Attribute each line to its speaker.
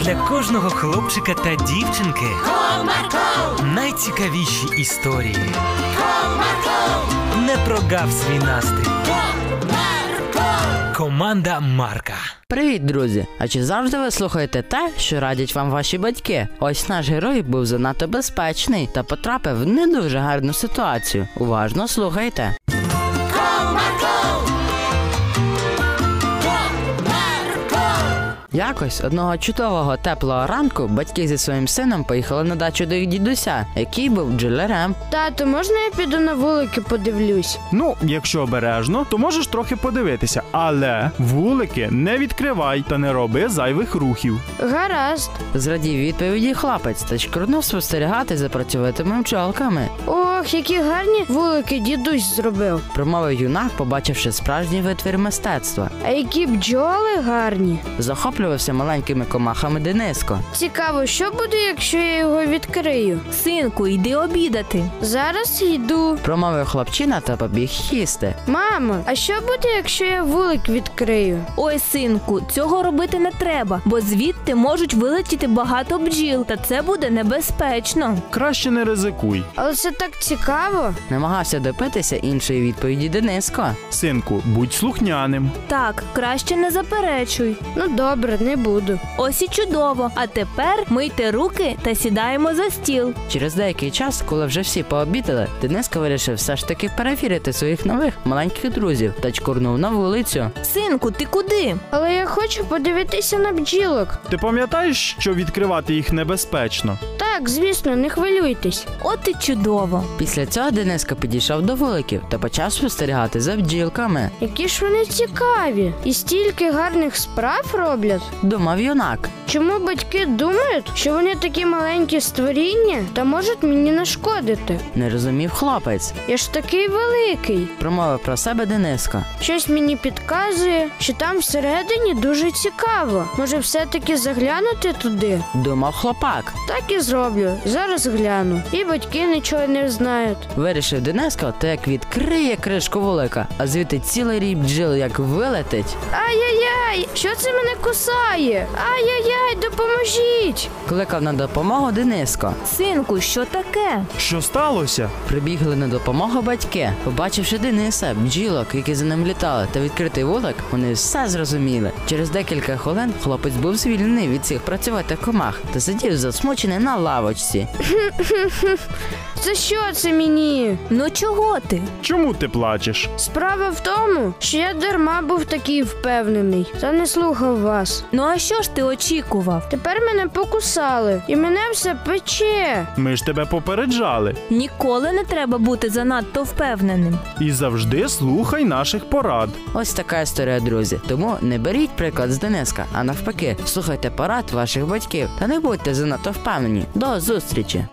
Speaker 1: для кожного хлопчика та дівчинки
Speaker 2: Comarco,
Speaker 1: найцікавіші історії.
Speaker 2: comarco,
Speaker 1: Не прогав свій настрій.
Speaker 2: comarco.
Speaker 1: Команда Марка.
Speaker 3: Привіт, друзі! А чи завжди ви слухаєте те, що радять вам ваші батьки? Ось наш герой був занадто безпечний та потрапив в не дуже гарну ситуацію. Уважно слухайте. Якось одного чудового теплого ранку батьки зі своїм сином поїхали на дачу до їх дідуся, який був джелерем.
Speaker 4: Тату, можна я піду на вулики подивлюсь?
Speaker 5: Ну, якщо обережно, то можеш трохи подивитися, але вулики не відкривай та не роби зайвих рухів.
Speaker 4: Гаразд.
Speaker 3: Зрадів відповіді хлопець та шкурнув спостерігати за працьовитими пчолками.
Speaker 4: Ох, які гарні вулики дідусь зробив.
Speaker 3: Промовив юнак, побачивши справжній витвір мистецтва.
Speaker 4: А які бджоли гарні.
Speaker 3: Захоплювався маленькими комахами Дениско.
Speaker 4: Цікаво, що буде, якщо я його відкрию.
Speaker 6: Синку, йди обідати.
Speaker 4: Зараз йду.
Speaker 3: Промовив хлопчина та побіг їсти.
Speaker 4: Мамо, а що буде, якщо я вулик відкрию?
Speaker 6: Ой, синку, цього робити не треба, бо звідти можуть вилетіти багато бджіл, та це буде небезпечно.
Speaker 5: Краще не ризикуй.
Speaker 4: Але це так цікаво.
Speaker 3: Намагався допитися іншої відповіді Дениско.
Speaker 5: Синку, будь слухняним.
Speaker 6: Так, краще не заперечуй.
Speaker 4: Ну добре, не буду.
Speaker 6: Ось і чудово. А тепер мийте руки та сідаємо за стіл.
Speaker 3: Через деякий час, коли вже всі пообідали, Дениско вирішив все ж таки перевірити своїх нових маленьких друзів та чкурнув на вулицю.
Speaker 6: Синку, ти куди?
Speaker 4: Але я хочу подивитися на бджілок.
Speaker 5: Ти пам'ятаєш, що відкривати їх небезпечно?
Speaker 4: Так, звісно, не хвилюйтесь.
Speaker 6: От і чудово.
Speaker 3: Після цього Дениско підійшов до вуликів та почав спостерігати за бджілками.
Speaker 4: Які ж вони цікаві. І стільки гарних справ роблять.
Speaker 3: Думав юнак.
Speaker 4: Чому батьки думають, що вони такі маленькі створіння та можуть мені нашкодити?
Speaker 3: Не розумів хлопець.
Speaker 4: Я ж такий великий.
Speaker 3: Промовив про себе Дениско.
Speaker 4: Щось мені підказує, що там всередині дуже цікаво. Може, все-таки заглянути туди?
Speaker 3: Думав хлопак.
Speaker 4: Так і зроблю. Зараз гляну. І батьки нічого не знають.
Speaker 3: Вирішив Дениско, то як відкриє кришку вулика, а звідти цілий рій бджіл як вилетить.
Speaker 4: Ай-яй-яй! Що це мене кусає? Ай-яй-яй, допоможіть!
Speaker 3: Кликав на допомогу Дениско.
Speaker 6: Синку, що таке?
Speaker 5: Що сталося?
Speaker 3: Прибігли на допомогу батьки. Побачивши Дениса, бджілок, які за ним літали, та відкритий вулик, вони все зрозуміли. Через декілька хвилин хлопець був звільнений від цих працьовитих комах та сидів засмучений на лавочці.
Speaker 4: Це що це мені?
Speaker 6: Ну чого ти?
Speaker 5: Чому ти плачеш?
Speaker 4: Справа в тому, що я дарма був такий впевнений та не слухав вас.
Speaker 6: Ну а що ж ти очікував?
Speaker 4: Тепер мене покусали, і мене все пече.
Speaker 5: Ми ж тебе попереджали.
Speaker 6: Ніколи не треба бути занадто впевненим.
Speaker 5: І завжди слухай наших порад.
Speaker 3: Ось така історія, друзі. Тому не беріть приклад з Дениска, а навпаки, слухайте порад ваших батьків та не будьте занадто впевнені. До зустрічі!